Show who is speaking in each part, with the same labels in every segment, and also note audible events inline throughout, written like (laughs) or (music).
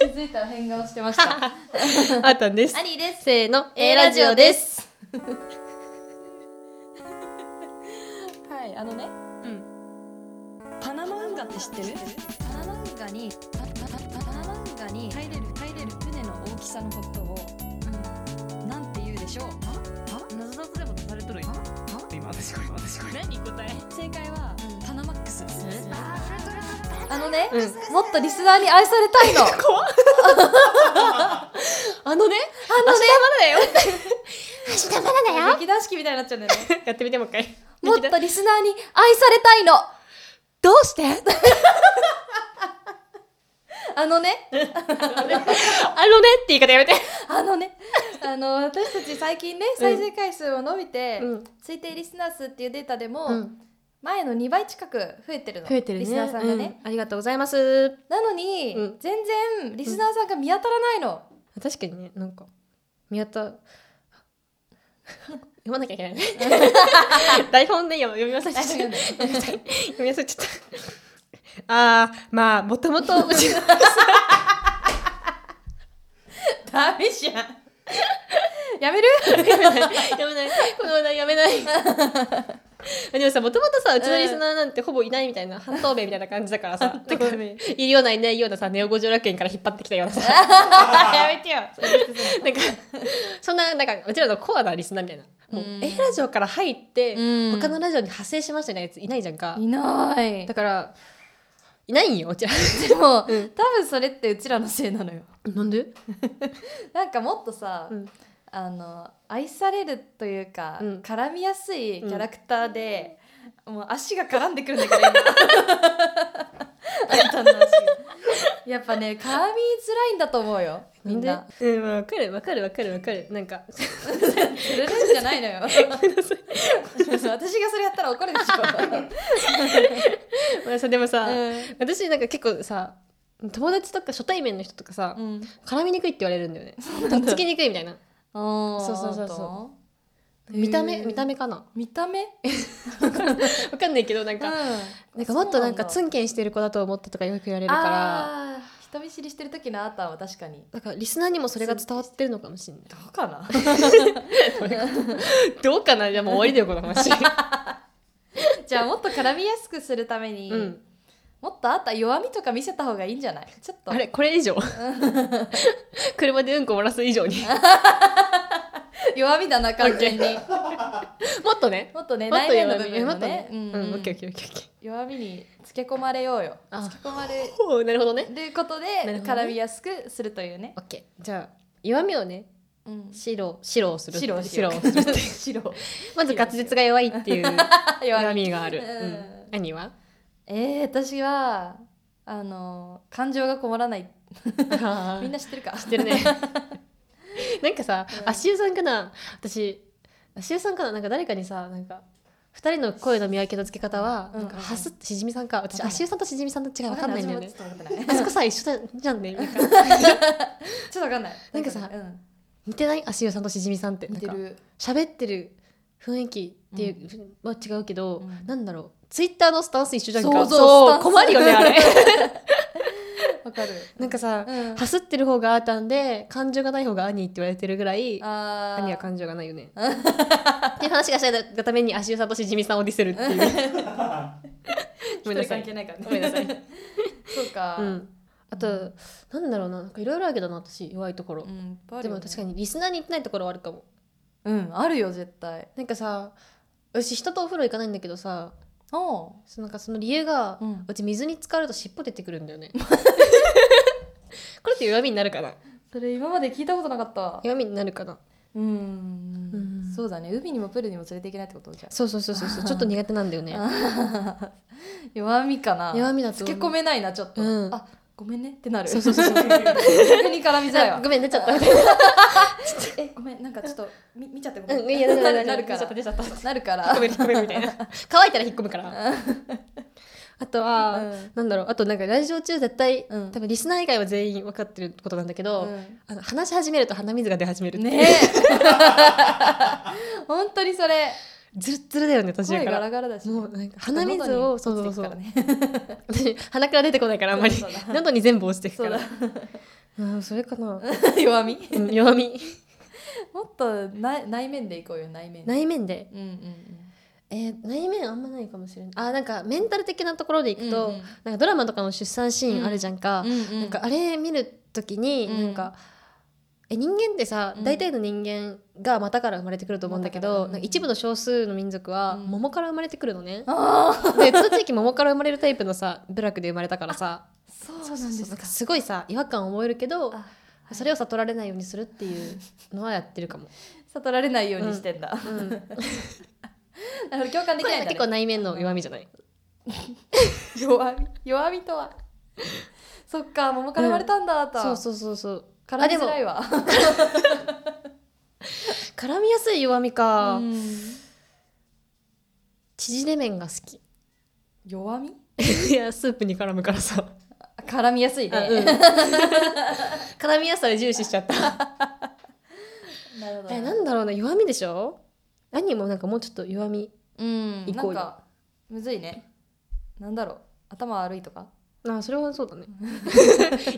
Speaker 1: 気づいたら変顔してました。
Speaker 2: あったんです
Speaker 1: ア。ニーです。
Speaker 2: せーの、
Speaker 1: A ラジオです。はい、あのね、
Speaker 2: うん。パナマ運河って知ってる？
Speaker 1: パナマ運河に、パパパパナマ運河に入れる入れる船の大きさのことを、なんて言うでしょう。
Speaker 2: 謎ぞでも出されとる今。
Speaker 3: 今私これ私これ
Speaker 2: 何答え？
Speaker 1: 正解は、
Speaker 2: うん
Speaker 1: パナマックス。
Speaker 2: あ
Speaker 1: あのね、
Speaker 2: うん
Speaker 1: もっとリスナーに愛され
Speaker 2: (laughs)
Speaker 1: たいの。あのね、 (laughs)
Speaker 2: のね、
Speaker 1: 明日 (laughs)
Speaker 2: 頑張ら
Speaker 1: 劇団四季みたいになっちゃうんだよね。
Speaker 2: (laughs) よ。 (laughs) やってみてもう一回。
Speaker 1: もっとリスナーに愛されたいの。
Speaker 2: どうして？あ
Speaker 1: (laughs) あのね、
Speaker 2: のねって言い方やめて。
Speaker 1: あのね、あの私たち最近ね、再生回数も伸びて、
Speaker 2: うん
Speaker 1: 推定リスナー数っていうデータでも、
Speaker 2: うん
Speaker 1: 前の2倍近く増えてるの。
Speaker 2: 増えてるね。
Speaker 1: リスナーさんがね。
Speaker 2: うん。ありがとうございます。
Speaker 1: なのに、
Speaker 2: うん
Speaker 1: 全然リスナーさんが見当たらないの。
Speaker 2: 確かにね、なんか宮田 (laughs) 読まなきゃい
Speaker 1: (laughs)
Speaker 2: けないね。台本で読みません。
Speaker 1: 読んで
Speaker 2: (laughs) 読み忘れちゃった。ああ、まあもともとうちの
Speaker 1: ダメ (laughs) じゃん。やめる
Speaker 2: (laughs) やめないやめないこの話題やめない (laughs) でもさもともとさうちのリスナーなんてほぼいないみたいな半透明みたいな感じだ (laughs) からさなんかいるようないないようなさネオ五条楽園から引っ張ってきたようなさやめてよ (laughs) なんかそんななんかうちらのコアなリスナーみたいなもう
Speaker 1: うん
Speaker 2: A ラジオから入って
Speaker 1: うん
Speaker 2: 他のラジオに派生しましたみたいなやついないじゃんか
Speaker 1: いない
Speaker 2: だ。からいないんようちら
Speaker 1: でも、
Speaker 2: うん
Speaker 1: 多分それってうちらのせいなのよ。
Speaker 2: (laughs) なんで、
Speaker 1: なんかもっとさ、
Speaker 2: うん
Speaker 1: あの愛されるというか、
Speaker 2: うん
Speaker 1: 絡みやすいキャラクターで、もう足が絡んでくるんだけど今 (laughs) あんたの足がやっぱね絡みづらいんだと思うよみんな
Speaker 2: うんまあわかるわかるわかるわかるなんか (laughs)
Speaker 1: ずるるんじゃない (laughs) のよ私がそれやったら怒るで (laughs) しょ、
Speaker 2: まあさでもさ、
Speaker 1: う
Speaker 2: 私なんか結構さ友達とか初対面の人とかさ、
Speaker 1: ん
Speaker 2: 絡みにくいって言われるんだよねとっつきにくいみたいな
Speaker 1: うん、
Speaker 2: そうそうそうそう
Speaker 1: そ
Speaker 2: 見た
Speaker 1: へ
Speaker 2: 目
Speaker 1: ー
Speaker 2: 見た目かな
Speaker 1: う見た目、
Speaker 2: わかんないけどなんか、 (laughs) なんかもっとなんかツンケンしてる子だと思ってとかよく言われ
Speaker 1: け
Speaker 2: るから
Speaker 1: 人見知りしてる時のあなたは確かに
Speaker 2: なんかリスナーにもそれが伝わってるのかもしれ (laughs) ない
Speaker 1: どうかな (laughs)
Speaker 2: どうかなじゃあもう終わりだよこの (laughs) 話
Speaker 1: じゃあもっと絡みやすくするために、
Speaker 2: うん
Speaker 1: もっとあった弱みとか見せた方がいいんじゃないちょっと
Speaker 2: あれこれ以 (laughs) 上車でうんこ漏らす以上 (laughs) に
Speaker 1: 弱みだな完全に
Speaker 2: もっと
Speaker 1: (laughs)
Speaker 2: ね
Speaker 1: もっとね
Speaker 2: もっと
Speaker 1: 内面の
Speaker 2: 弱
Speaker 1: 部
Speaker 2: み
Speaker 1: 分
Speaker 2: も
Speaker 1: の
Speaker 2: っとね
Speaker 1: ね
Speaker 2: う
Speaker 1: うん
Speaker 2: ん
Speaker 1: う
Speaker 2: オ
Speaker 1: ん
Speaker 2: ッケーオッケーオッケーオッケー
Speaker 1: 弱みにつけ込まれようよ
Speaker 2: あ
Speaker 1: つけ込まれ
Speaker 2: ほうなるほどね
Speaker 1: ること
Speaker 2: な
Speaker 1: で
Speaker 2: るほどね
Speaker 1: 絡みやすくするというね
Speaker 2: オッケーじゃあ弱みをね
Speaker 1: うん
Speaker 2: 白白をする
Speaker 1: 白をし
Speaker 2: 白
Speaker 1: よう
Speaker 2: をする
Speaker 1: (laughs)
Speaker 2: って
Speaker 1: 白
Speaker 2: まず滑舌が弱いっていう
Speaker 1: 弱
Speaker 2: (laughs) 弱
Speaker 1: み
Speaker 2: みがある。
Speaker 1: うん
Speaker 2: うん何は？
Speaker 1: えー、私はあの感情がこもらない (laughs) み
Speaker 2: み
Speaker 1: ん
Speaker 2: んな
Speaker 1: な知ってるか
Speaker 2: (laughs) 知って
Speaker 1: (laughs)
Speaker 2: るね。なんかさ
Speaker 1: う、ん
Speaker 2: あしゆさんかな、私、あしゆさんかな、なんか誰かにさ、なんか。二人の声の見分けのつけ方は、
Speaker 1: うん
Speaker 2: なんかハスってしじみさんか、私、
Speaker 1: わかんない
Speaker 2: あしゆさんとしじみさんの違いわかんないんだよね
Speaker 1: (laughs) 私。もちょっとわかんない
Speaker 2: あそこさ、一緒だじゃんね、なんか
Speaker 1: ちょっとわかんない
Speaker 2: なんかさ
Speaker 1: うん
Speaker 2: 似てない、あしゆさんとしじみさんって、な
Speaker 1: 似
Speaker 2: ん
Speaker 1: て
Speaker 2: か
Speaker 1: る
Speaker 2: 喋ってる雰囲気っていう、は違うけど、
Speaker 1: うん
Speaker 2: なんだろう。ツイッターのスタンス一緒じゃんか。
Speaker 1: そうそうスタンス
Speaker 2: 困るよね、あれ。
Speaker 1: わかる
Speaker 2: (laughs) なんかさ、
Speaker 1: うん
Speaker 2: ハスってる方があーたんで感情がない方が兄って言われてるぐらい
Speaker 1: あー
Speaker 2: 兄は感情がない
Speaker 1: (laughs)
Speaker 2: よねっていう話がしたいがために足湯さんとしじみさんをディスる
Speaker 1: (laughs)
Speaker 2: っていうごめんなさ
Speaker 1: 一人関係
Speaker 2: い
Speaker 1: ないからね
Speaker 2: ごめんなさい
Speaker 1: (laughs) そうか
Speaker 2: うんあと、なんだろうななんかいろいろあるけどな私弱いところ、
Speaker 1: うん
Speaker 2: でも確か
Speaker 1: に
Speaker 2: にリスナーに言ってないところはあるかも
Speaker 1: うんあるよ絶対
Speaker 2: なんかさ私人とお風呂行かないんだけどさ
Speaker 1: おう
Speaker 2: そのなんかその理由が、
Speaker 1: う
Speaker 2: うんち水に浸かると尻尾出てくるんだよねこれって弱みになるかな
Speaker 1: それ今まで聞いたことなかった
Speaker 2: 弱みになるかな
Speaker 1: うん
Speaker 2: うん
Speaker 1: そうだね海にもプールにも連れていけないってことじゃ
Speaker 2: そうそうそうそうそうちょっと苦手なんだよね
Speaker 1: あ弱みかな
Speaker 2: 弱みだと
Speaker 1: つ
Speaker 2: 思
Speaker 1: け
Speaker 2: う
Speaker 1: 込めないなちょっと
Speaker 2: うん
Speaker 1: あごめんねってなる
Speaker 2: そうそうそうそう
Speaker 1: 逆に絡みづらい
Speaker 2: あ
Speaker 1: わ
Speaker 2: ごめん出ちゃった
Speaker 1: えごめんなんかちょっとみ見ちゃってご
Speaker 2: う
Speaker 1: め
Speaker 2: (laughs) ん
Speaker 1: ん
Speaker 2: いやだ
Speaker 1: (laughs) な
Speaker 2: だ
Speaker 1: る
Speaker 2: だ
Speaker 1: なるか
Speaker 2: 出ちゃった出
Speaker 1: ら
Speaker 2: ちゃった引っ
Speaker 1: なるか
Speaker 2: 込
Speaker 1: ら
Speaker 2: める引っ込めるみたいな乾いたら引っ込むからあとは、
Speaker 1: うん
Speaker 2: なんだろうあとなんかラジオ中絶対、
Speaker 1: うん
Speaker 2: 多分リスナー以外は全員分かってることなんだけ
Speaker 1: う
Speaker 2: ど、
Speaker 1: ん
Speaker 2: あ
Speaker 1: (laughs)
Speaker 2: の話し始めると鼻水が出始めるっていう
Speaker 1: ねえ本当にそれ
Speaker 2: ずるずるだよね途中
Speaker 1: 声
Speaker 2: か
Speaker 1: ガ
Speaker 2: ら
Speaker 1: ラガラだし
Speaker 2: もうなんか鼻水をそうそうそう、
Speaker 1: 喉に
Speaker 2: 私 (laughs) 鼻から出てこないからあんまり
Speaker 1: そうだそうだ
Speaker 2: 喉に全部落ちてく
Speaker 1: そ
Speaker 2: か
Speaker 1: う
Speaker 2: ら
Speaker 1: だ
Speaker 2: うんそれかな (laughs)
Speaker 1: 弱み
Speaker 2: うん弱
Speaker 1: (laughs)
Speaker 2: み
Speaker 1: もっと内内面でいこうよ内面
Speaker 2: 内面で
Speaker 1: うんうん
Speaker 2: えー内面あんまないかもしれないあなんかメンタル的なところでい
Speaker 1: うん
Speaker 2: くと、なんかドラマとかの出産シーンあるじゃんか、
Speaker 1: な
Speaker 2: なんかあれ見るときに
Speaker 1: うん
Speaker 2: なんか、え人間ってさ
Speaker 1: うん
Speaker 2: 大体の人間が股から生まれてくると思うんだけど、
Speaker 1: 股からうん
Speaker 2: なんか一部の少数の民族は
Speaker 1: うん
Speaker 2: 桃から生まれてくるのね、
Speaker 1: あ
Speaker 2: でその地域桃から生まれるタイプのさ部落で生まれたからさ
Speaker 1: ーそうなんですか
Speaker 2: すごいさ違和感を覚えるけど
Speaker 1: あ
Speaker 2: それを悟られないようにするっていうのはやってるかも。
Speaker 1: 悟られないようにしてんだ、 (laughs)
Speaker 2: (laughs) うん、こ
Speaker 1: なるほど共感できないんだ、
Speaker 2: れが
Speaker 1: ね
Speaker 2: 結、構内面の弱みじゃない、
Speaker 1: 弱み弱みとはそっか桃から生まれたんだと、
Speaker 2: そうそうそうそう
Speaker 1: 絡みづ
Speaker 2: あ
Speaker 1: ら
Speaker 2: でも
Speaker 1: いわ
Speaker 2: 絡みやすい弱みか、
Speaker 1: うん
Speaker 2: 縮れ麺が好き
Speaker 1: 弱み
Speaker 2: (laughs) いやスープに絡むからさ
Speaker 1: 絡みやすいね、
Speaker 2: あ (laughs) うん、絡みやすさで重視しちゃった
Speaker 1: (laughs) なるほど
Speaker 2: えなんだろうな弱みでしょ兄もなんかもうちょっと弱み
Speaker 1: うん
Speaker 2: 行こうよ
Speaker 1: なんかむずいねなんだろう頭悪いと
Speaker 2: (laughs)
Speaker 1: か
Speaker 2: あそれはそうだ (laughs) ね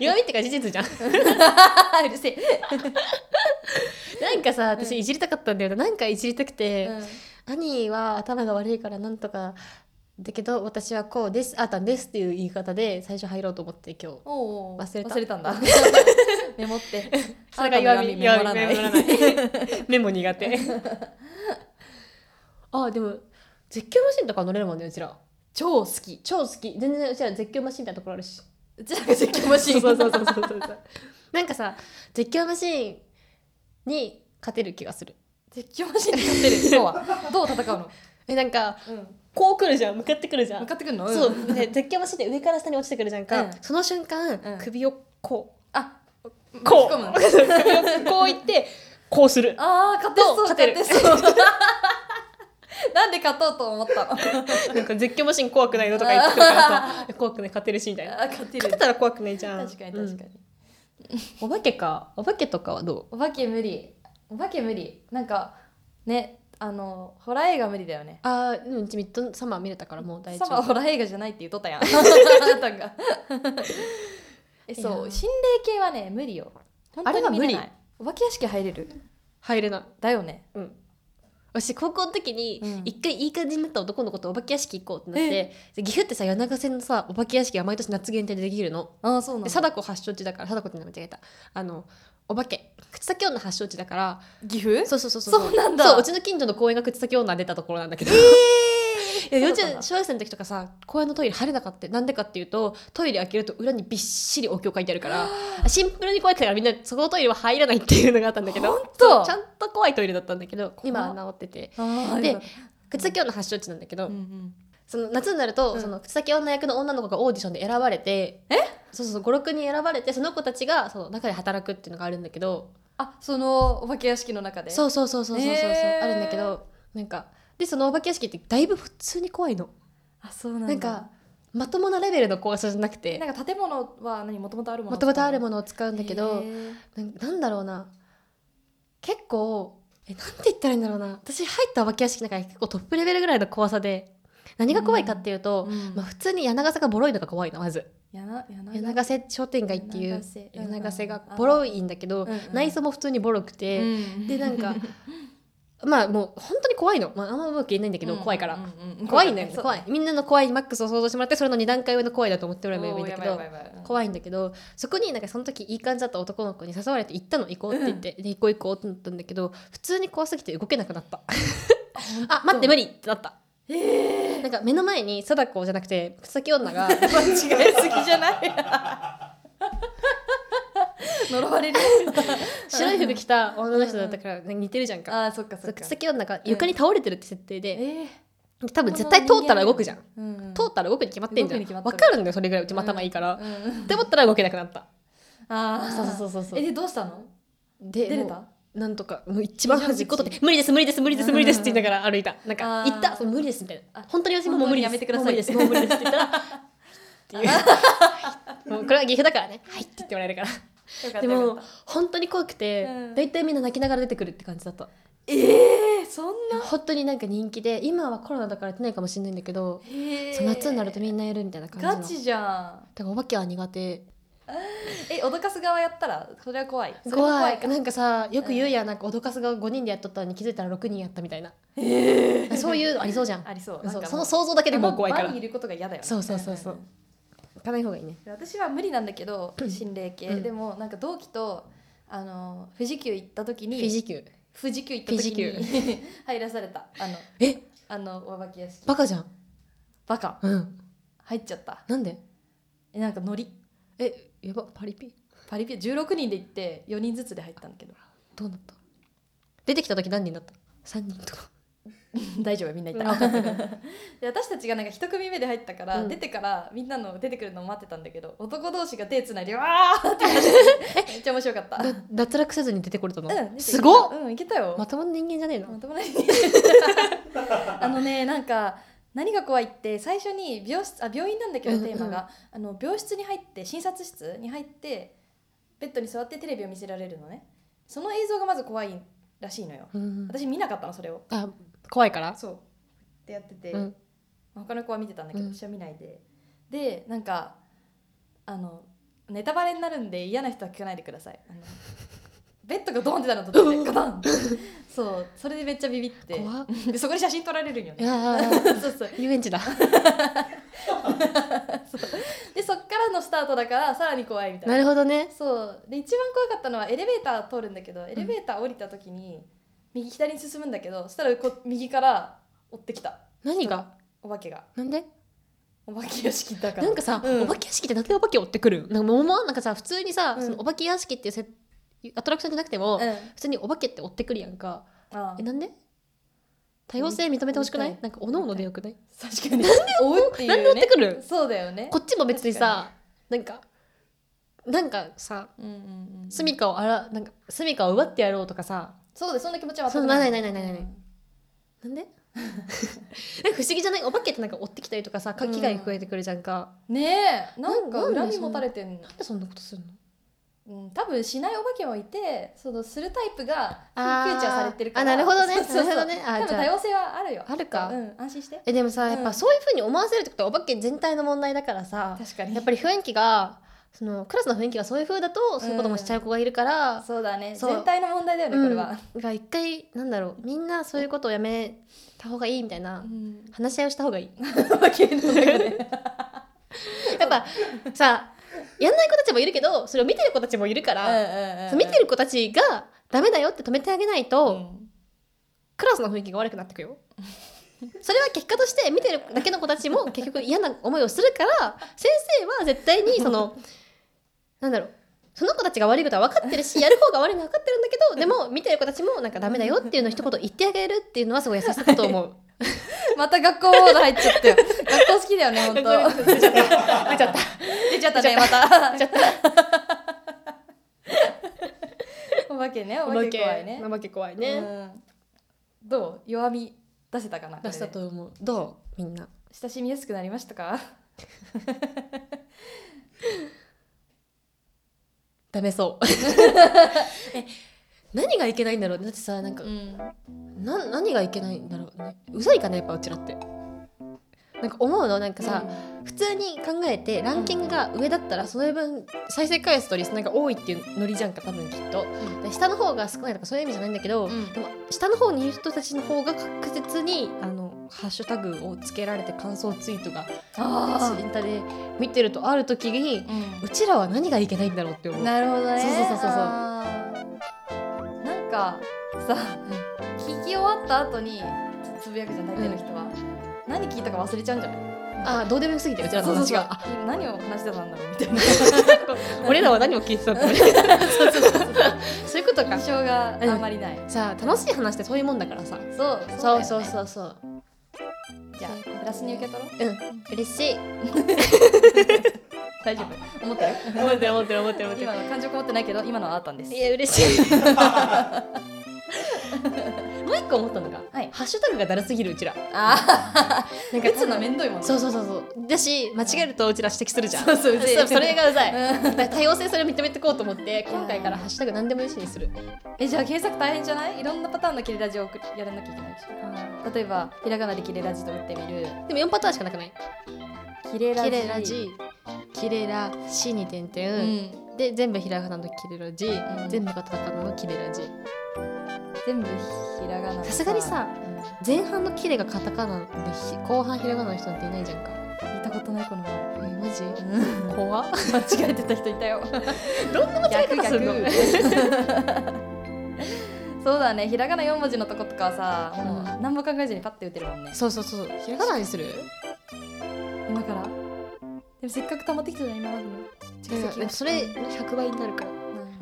Speaker 2: 弱みってか事実じゃん
Speaker 1: うるせえ、
Speaker 2: なんかさ私
Speaker 1: うん
Speaker 2: いじりたかったんだよななんかいじりたくて、
Speaker 1: うん
Speaker 2: 兄は頭が悪いからなんとかだけど私はこうですあーたんですっていう言い方で最初入ろうと思って今日
Speaker 1: おうおう
Speaker 2: 忘れた
Speaker 1: 忘れたん
Speaker 2: (laughs)
Speaker 1: だメモって (laughs)
Speaker 2: それが弱み
Speaker 1: あなたの
Speaker 2: 弱
Speaker 1: 弱
Speaker 2: み
Speaker 1: み
Speaker 2: メ
Speaker 1: メ
Speaker 2: モ
Speaker 1: モら
Speaker 2: らな
Speaker 1: ない (laughs)
Speaker 2: メモ苦手 (laughs) あでも絶叫マシンとか乗れるもんねうちら
Speaker 1: 超好き
Speaker 2: 超好き全然うちら絶叫マシンみたいなところあるし
Speaker 1: うちらが絶叫マシーン
Speaker 2: (laughs) そうそうそうそうそうそうなんかさ絶叫マシンに勝てる気がする
Speaker 1: 絶叫マシーンに勝ってる今日はどう戦うの、
Speaker 2: えなんかこう来るじゃん向かってくるじゃん
Speaker 1: 向かってくるの、ん
Speaker 2: そうで絶叫マシンで上から下に落ちてくるじゃんか、
Speaker 1: うん
Speaker 2: その瞬間、
Speaker 1: うん
Speaker 2: 首をこ
Speaker 1: あ
Speaker 2: う
Speaker 1: こ
Speaker 2: こ
Speaker 1: う
Speaker 2: うこういってこうする
Speaker 1: あー勝てそう
Speaker 2: どう勝てる
Speaker 1: 勝てそう (laughs) なんで勝とうと思っ
Speaker 2: (laughs)
Speaker 1: たの
Speaker 2: なんか絶叫マシン怖くないのとか言ってくるから (laughs) さ怖くない勝てるしみたいな
Speaker 1: あ勝てる
Speaker 2: 勝てたら怖くないじゃん
Speaker 1: 確かに確かに、
Speaker 2: うんお化けかお化けとかはどう
Speaker 1: お化け無理お化け無理なんかねあのホラー映画無理だよね
Speaker 2: あーうんうちミッドサマー見れたからもう大丈
Speaker 1: サマー
Speaker 2: 夫
Speaker 1: ホラー映画じゃないって言っとったやん (laughs) あ
Speaker 2: (laughs)
Speaker 1: なたがえ
Speaker 2: いや
Speaker 1: そう
Speaker 2: ー
Speaker 1: 心霊系はね無理よ本
Speaker 2: あれ
Speaker 1: 当
Speaker 2: は
Speaker 1: に
Speaker 2: 無
Speaker 1: 見
Speaker 2: 理
Speaker 1: れないお化け屋敷入れる
Speaker 2: 入れない
Speaker 1: だよね
Speaker 2: うん、私高校の時に
Speaker 1: うん
Speaker 2: 一回いい感じになった男の子とお化け屋敷行こうってなって、で岐阜ってさ柳ヶ瀬のさお化け屋敷が毎年夏限定でできるの。
Speaker 1: ああそうなん
Speaker 2: で
Speaker 1: だ
Speaker 2: 貞子発祥地だから貞子って名前違えたあのお化け口先女発祥地だから
Speaker 1: 岐阜
Speaker 2: そうそうそうそう
Speaker 1: そうなんだ
Speaker 2: そううちの近所の公園が口先女出たところなんだけど、いや幼稚園小学生の時とかさ公園のトイレ入れなかったなんでかっていうとトイレ開けると裏にびっしりお経書いてある (gasps) からシンプルに怖いからみんなそこのトイレは入らないっていうのがあったんだけど
Speaker 1: ほんと
Speaker 2: そうちゃんと怖いトイレだったんだけど今は治ってて
Speaker 1: あー
Speaker 2: で
Speaker 1: よかっ
Speaker 2: 口先女発祥地なんだけど、
Speaker 1: たうんうん
Speaker 2: その夏になると、
Speaker 1: うん
Speaker 2: その口先女役の女の子がオーディションで選ばれて
Speaker 1: え
Speaker 2: そうそう56人選ばれてその子たちがその中で働くっていうのがあるんだけど
Speaker 1: あそのお化け屋敷の中で
Speaker 2: そううそうそうそうそうそう、
Speaker 1: えー
Speaker 2: あるんだけどなんかでそのお化け屋敷ってだいぶ普通に怖いの
Speaker 1: あそうなんだ
Speaker 2: なんかまともなレベルの怖さじゃなくて
Speaker 1: なんか建物は何もともとあるもの
Speaker 2: もともとあるも
Speaker 1: の
Speaker 2: のを使うんだけどなんなんだろうな結構えなんて言ったらいいんだろうな私入ったお化け屋敷の中で結構トップレベルぐらいの怖さで何が怖いかっていうと、まあ、普通に柳ヶ瀬がボロいのが怖いのまず
Speaker 1: やなやな
Speaker 2: 柳ヶ瀬商店街っていう柳ヶ瀬がボ
Speaker 1: い
Speaker 2: ロいんだけど、
Speaker 1: うんうん
Speaker 2: 内装も普通にボロくて、でなん
Speaker 1: (laughs)
Speaker 2: か
Speaker 1: だ
Speaker 2: (laughs) まあもう本当に怖いの、まあ、あんまうまく言えないんだけど、怖いから、怖いんだよね怖いみんなの怖いマックスを想像してもらってそれの2段階上の怖いだと思ってもらえばいいんだけど
Speaker 1: い
Speaker 2: 怖いんだけどそこになんかその時いい感じだった男の子に誘われて行ったの行こうって言って、で行こう行こうってなったんだけど普通に怖すぎて動けなく
Speaker 1: (laughs)
Speaker 2: なったあ待って無理ってなったなんか目の前に貞子じゃなくて草木女
Speaker 1: (laughs)
Speaker 2: が
Speaker 1: 間違えすぎじゃない (laughs) 呪われる
Speaker 2: (laughs) 白い服着た女の人だったから似てるじゃんか
Speaker 1: あーそっかそっか
Speaker 2: 草木女が床に倒れてるって設定で、
Speaker 1: えー
Speaker 2: 多分絶対通ったら動くじゃん、
Speaker 1: うんうん
Speaker 2: 通ったら動くに決まってんじゃ
Speaker 1: 動くに決
Speaker 2: ん
Speaker 1: ま
Speaker 2: わ
Speaker 1: ってる
Speaker 2: かるんだよそれぐらいうちも頭いいから、
Speaker 1: うんうん
Speaker 2: って思ったら動けなくなった
Speaker 1: あ
Speaker 2: そうそううそうそう
Speaker 1: えでどうしたの
Speaker 2: で
Speaker 1: 出れ
Speaker 2: も
Speaker 1: た
Speaker 2: うなんとかもう一番端っことって「無理です無理です無理です無理です」って言いながら歩いたなんか
Speaker 1: あ
Speaker 2: 「行
Speaker 1: ー
Speaker 2: ったそう無理です」みたいな
Speaker 1: あ
Speaker 2: 「本当に私もうもう無
Speaker 1: 本当に
Speaker 2: 理です
Speaker 1: やめてください
Speaker 2: もう無理ですもう無理です」って言 (laughs) ったら「っていうもうこれは岐阜だからね「 (laughs) はい」って言ってもらえるから
Speaker 1: よかった
Speaker 2: (laughs) で
Speaker 1: よか
Speaker 2: も
Speaker 1: った
Speaker 2: 本当に怖くて
Speaker 1: うん
Speaker 2: 大体みんな泣きながら出てくるって感じだった
Speaker 1: えええそんな
Speaker 2: 本当になんか人気で今はコロナだからやってないかもしれないんだけど、
Speaker 1: へえ
Speaker 2: そう夏になるとみんなやるみたいな感じの
Speaker 1: ガチじゃん
Speaker 2: だからお化けは苦手
Speaker 1: え脅かす側やったらそれは怖いそれも
Speaker 2: 怖い
Speaker 1: 怖いか
Speaker 2: なんかさよく言うやんなんか脅かすが5人でやっとったのに気づいたら6人やったみたいな、そういうのありそうじゃん
Speaker 1: ありそうなんかも
Speaker 2: そう
Speaker 1: う
Speaker 2: その想像だけでもう怖いか
Speaker 1: あの
Speaker 2: ら
Speaker 1: 場にい
Speaker 2: 行
Speaker 1: ることが嫌だよね
Speaker 2: そうそうそうそうん
Speaker 1: ん
Speaker 2: かない方がいいね
Speaker 1: ん私は無理なんだけど心霊系、
Speaker 2: うん
Speaker 1: でもなんか同期とあの富士急行った時
Speaker 2: フ
Speaker 1: に
Speaker 2: ィジキュ
Speaker 1: 富士急行った時
Speaker 2: 富
Speaker 1: に (laughs) 入らされたあの
Speaker 2: え
Speaker 1: あのお化け屋敷
Speaker 2: バカじゃん
Speaker 1: バカ
Speaker 2: うん
Speaker 1: 入っちゃった
Speaker 2: なんで
Speaker 1: えなんかノリ
Speaker 2: えやばパリピ
Speaker 1: パリピ16人で行って4人ずつで入ったんだけど
Speaker 2: どうなった出てきた時何人だった3人 (laughs) とか
Speaker 1: 大丈夫みんないたで私たちがなんか一組目で入ったから、
Speaker 2: うん
Speaker 1: 出てからみんなの出てくるのを待ってたんだけど男同士が手つないでわーって感じ (laughs) めっちゃ面白かった
Speaker 2: だ脱落せずに出てこれたの、
Speaker 1: うん
Speaker 2: すごっ
Speaker 1: うんいけたよ
Speaker 2: まともな人間じゃねえ
Speaker 1: ま
Speaker 2: の
Speaker 1: ともない (laughs) あのねなんか何が怖いって最初に病室あ病院なんだけ
Speaker 2: うん
Speaker 1: ど
Speaker 2: うん
Speaker 1: テーマが、あの病室に入って診察室に入ってベッドに座ってテレビを見せられるのねその映像がまず怖いらしいのよ
Speaker 2: うん
Speaker 1: 私見なかったのそれを
Speaker 2: あ怖いから
Speaker 1: そうってやってて、
Speaker 2: うん
Speaker 1: まあ他の子は見てたんだけど、
Speaker 2: うん
Speaker 1: 私は見ないででなんかあのネタバレになるんで嫌な人は聞かないでください
Speaker 2: (laughs)
Speaker 1: あのベッドがドーンってなるのと同時にガタンそうそれでめっちゃビビって
Speaker 2: 怖っ
Speaker 1: でそこに写真撮られるんよ
Speaker 2: い
Speaker 1: ね
Speaker 2: やー
Speaker 1: (laughs)
Speaker 2: (laughs)
Speaker 1: そうそう
Speaker 2: 遊園地だ
Speaker 1: でそっからのスタートだからさらに怖いみたいな
Speaker 2: なるほどね
Speaker 1: そうで一番怖かったのはエレベーター通るんだけどエレベーター降りた時に右左に進むんだけどそしたらこう右から追ってきた
Speaker 2: 何が
Speaker 1: お化けが
Speaker 2: なんで
Speaker 1: お化け屋敷だから
Speaker 2: なんかさ、
Speaker 1: うん
Speaker 2: お化け屋敷ってなんでお化け追ってくるんなんかもうなんかさ普通にさ、
Speaker 1: うん
Speaker 2: そのお化け屋敷っていうせアトラクションじゃなくて
Speaker 1: う
Speaker 2: も、
Speaker 1: ん
Speaker 2: 普通にお化けって追ってくるやんか
Speaker 1: ああ
Speaker 2: えなんで多様性認めてほしくない
Speaker 1: 見た
Speaker 2: なんかおのおのでよくない
Speaker 1: 確かになんで追うっていう、ね、
Speaker 2: なんで追ってくる
Speaker 1: そうだよね
Speaker 2: こっちも別にさなんかなんかさ
Speaker 1: うんうんうん
Speaker 2: 住処をあらなんか住処を奪ってやろうとかさ
Speaker 1: そうですそんな気持ちは
Speaker 2: そうないないないないないな
Speaker 1: う
Speaker 2: い
Speaker 1: ん
Speaker 2: なんで (laughs) なんか不思議じゃないお化けってなんか追ってきたりとかさか危害加えてくるじゃんか、
Speaker 1: ねえなんか
Speaker 2: なんなん
Speaker 1: 恨
Speaker 2: で
Speaker 1: み
Speaker 2: そん
Speaker 1: 持
Speaker 2: な
Speaker 1: たれてんの
Speaker 2: なんでそんなことするの
Speaker 1: うん、多分しないお化けもいてそのするタイプがフ
Speaker 2: あー
Speaker 1: ューチャーされてるから
Speaker 2: あなるほどね
Speaker 1: そうそうそう
Speaker 2: なるほどねあ
Speaker 1: 多分
Speaker 2: じゃあ
Speaker 1: 多様性はあるよ
Speaker 2: あるか
Speaker 1: うん安心して
Speaker 2: えでもさやっ
Speaker 1: う
Speaker 2: ぱ
Speaker 1: ん
Speaker 2: そういうふうに思わせるってことはお化け全体の問題だからさ
Speaker 1: 確かに
Speaker 2: やっぱり雰囲気がそのクラスの雰囲気がそういう風だとそういうこともしちゃう子がいるから、
Speaker 1: そうだね
Speaker 2: そう
Speaker 1: 全体の問題だよねこれは、
Speaker 2: うんが一回なんだろうみんなそういうことをやめた方がいいみたいな、
Speaker 1: うん、
Speaker 2: 話し合いをした方がいい
Speaker 1: お化けの中で
Speaker 2: (laughs) やっぱさやんない子たちもいるけどそれを見てる子たちもいるから、そう見てる子たちがダメだよって止めてあげないと、
Speaker 1: うん
Speaker 2: クラスの雰囲気が悪くなってくよそれは結果として見てるだけの子たち
Speaker 1: (laughs)
Speaker 2: も結局嫌な思いをするから先生は絶対にそ
Speaker 1: (laughs)
Speaker 2: のなんだろうその子たちが悪いことは分かってるしやる方が悪いのは分かってるんだけ
Speaker 1: (laughs)
Speaker 2: どでも見てる子たちもなんかダメだよっていうのを一言言ってあげるっていうのはすごい優しさだと思う。
Speaker 1: また学校モード入っちゃったよ学校好きだよね (laughs) 本
Speaker 2: (laughs)
Speaker 1: 当
Speaker 2: 出ちゃった出ちゃった
Speaker 1: 出ちゃったねまた
Speaker 2: 出ちゃった
Speaker 1: (laughs) お化けねお化け怖いね
Speaker 2: お化け怖いね。
Speaker 1: ね、うん、どう弱み出せたかな
Speaker 2: 出したと思う。どうみんな。
Speaker 1: これで親しみやすくなりましたか
Speaker 2: ダメ
Speaker 1: (laughs)
Speaker 2: そう。 (laughs) え何がいけないんだろうだってさなんか
Speaker 1: うん
Speaker 2: な何がいけないんだろうねうざいかなやっぱうちらってなんか思うのなんかさ、普通に考えてランキングが上だったらその分再生回数とリスナーが多いっていうノリじゃんか多分きっと、
Speaker 1: ん
Speaker 2: で下の方が少ないとかそういう意味じゃないんだけど、
Speaker 1: うん
Speaker 2: でも下の方にいる人たちの方が確実にあのハッシュタグをつけられて感想ツイートが
Speaker 1: あ
Speaker 2: ツイッターで見てるとある時に
Speaker 1: あ、う
Speaker 2: うちらは何がいけないんだろうって思う。
Speaker 1: ん、なるほどね
Speaker 2: そうそうそうそうそう
Speaker 1: そうなんかさ、聞き終わった後につつぶやくじゃないてる人は、何聞いたか忘れちゃうんじゃない
Speaker 2: あーどうでもよすぎてうちらの
Speaker 1: そうそうそ
Speaker 2: 話
Speaker 1: う
Speaker 2: があ
Speaker 1: 何を話してたんだろうみたいな
Speaker 2: 俺らは何を聞いてたんだろう (laughs) そうそうそうそういうことか
Speaker 1: 印象があんまりない、
Speaker 2: さあ楽しい話ってそういうもんだからさ
Speaker 1: そう
Speaker 2: そう
Speaker 1: だよ
Speaker 2: そう
Speaker 1: ね
Speaker 2: そうそう
Speaker 1: じゃあプラスに受け取ろう
Speaker 2: うん嬉しい
Speaker 1: 大丈夫思ったよ
Speaker 2: 思ってる思ってる思ってる思ってる
Speaker 1: 今の感情こもってないけど今の
Speaker 2: (laughs)
Speaker 1: はあったんです
Speaker 2: いや嬉しいもう一個思ったのが、
Speaker 1: はい
Speaker 2: ハッハッシュタグがだるすぎるうちら
Speaker 1: (laughs) あ
Speaker 2: なん
Speaker 1: 打つのめんどいもんね
Speaker 2: そうそうそうそうだし間違えるとうちら指摘するじゃん
Speaker 1: そうそううちら
Speaker 2: そうそれがうざい
Speaker 1: うん
Speaker 2: だから多様性それを認めてこうと思って今回からハッシュタグ何でもよしにする
Speaker 1: えじゃあ検索大変じゃないいろんなパターンの切れラジを送りやらなきゃいけないでしょ例えばひらがなで切れラジと打ってみる
Speaker 2: でも4パターンしかなくない
Speaker 1: 切れラジ
Speaker 2: キレラジキレラシに点
Speaker 1: うん、
Speaker 2: 々、で全部ひらがなのキレラジ、
Speaker 1: ん
Speaker 2: 全部カタカナのキレラジ
Speaker 1: 全部ひらがなの
Speaker 2: さすがにさ前半のキレがカタカナでひ後半ひらがなの人なんていないじゃんか
Speaker 1: 見たことないこの前
Speaker 2: えマジ
Speaker 1: うん
Speaker 2: 怖 (laughs) っ
Speaker 1: (laughs) 間違えてた人いたよ
Speaker 2: どんな間違い方するの
Speaker 1: 逆 (laughs) そうだねひらがな4文字のとことかはさもう何も考えずにパッて打てるもんね
Speaker 2: そうそうそうひらがなにする
Speaker 1: 今からでもせっかく溜まってきたじゃん今までの
Speaker 2: いやでもそれ100倍になるから (laughs)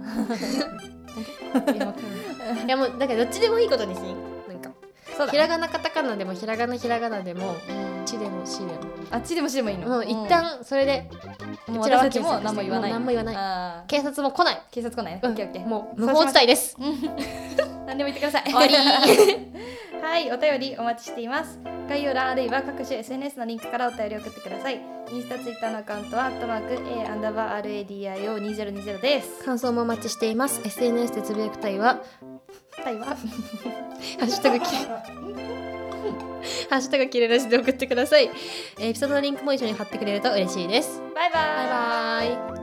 Speaker 2: いやわかんないいやもうだからどっちでもいいことにしんなんか
Speaker 1: そうだ
Speaker 2: ひらがなカタカナでもひらがなひらがなでも「ち」でも「し」で
Speaker 1: あっちでもしでもいいの
Speaker 2: ももう一旦それで
Speaker 1: もう
Speaker 2: うちらは
Speaker 1: 私たちも何も言わない
Speaker 2: もう何も言わない
Speaker 1: あー
Speaker 2: 警察も来ない
Speaker 1: 警察来ないね、
Speaker 2: うん
Speaker 1: オッケーオッケー
Speaker 2: もう無法地帯です
Speaker 1: 何でも言ってください
Speaker 2: 終わり
Speaker 1: (laughs) はいお便りお待ちしています概要欄あるいは各種 SNS のリンクからお便りを送ってくださいインスタツイッターのアカウントはアットマーク A アンダーバー RADIO2020 です
Speaker 2: 感想もお待ちしています SNS でつぶやく際は
Speaker 1: タイは
Speaker 2: 「ハッシュタグキレ」ハッシュタグキレラジで送ってくださいエピソードのリンクも一緒に貼ってくれると嬉しいです
Speaker 1: バイバイ
Speaker 2: バイバイ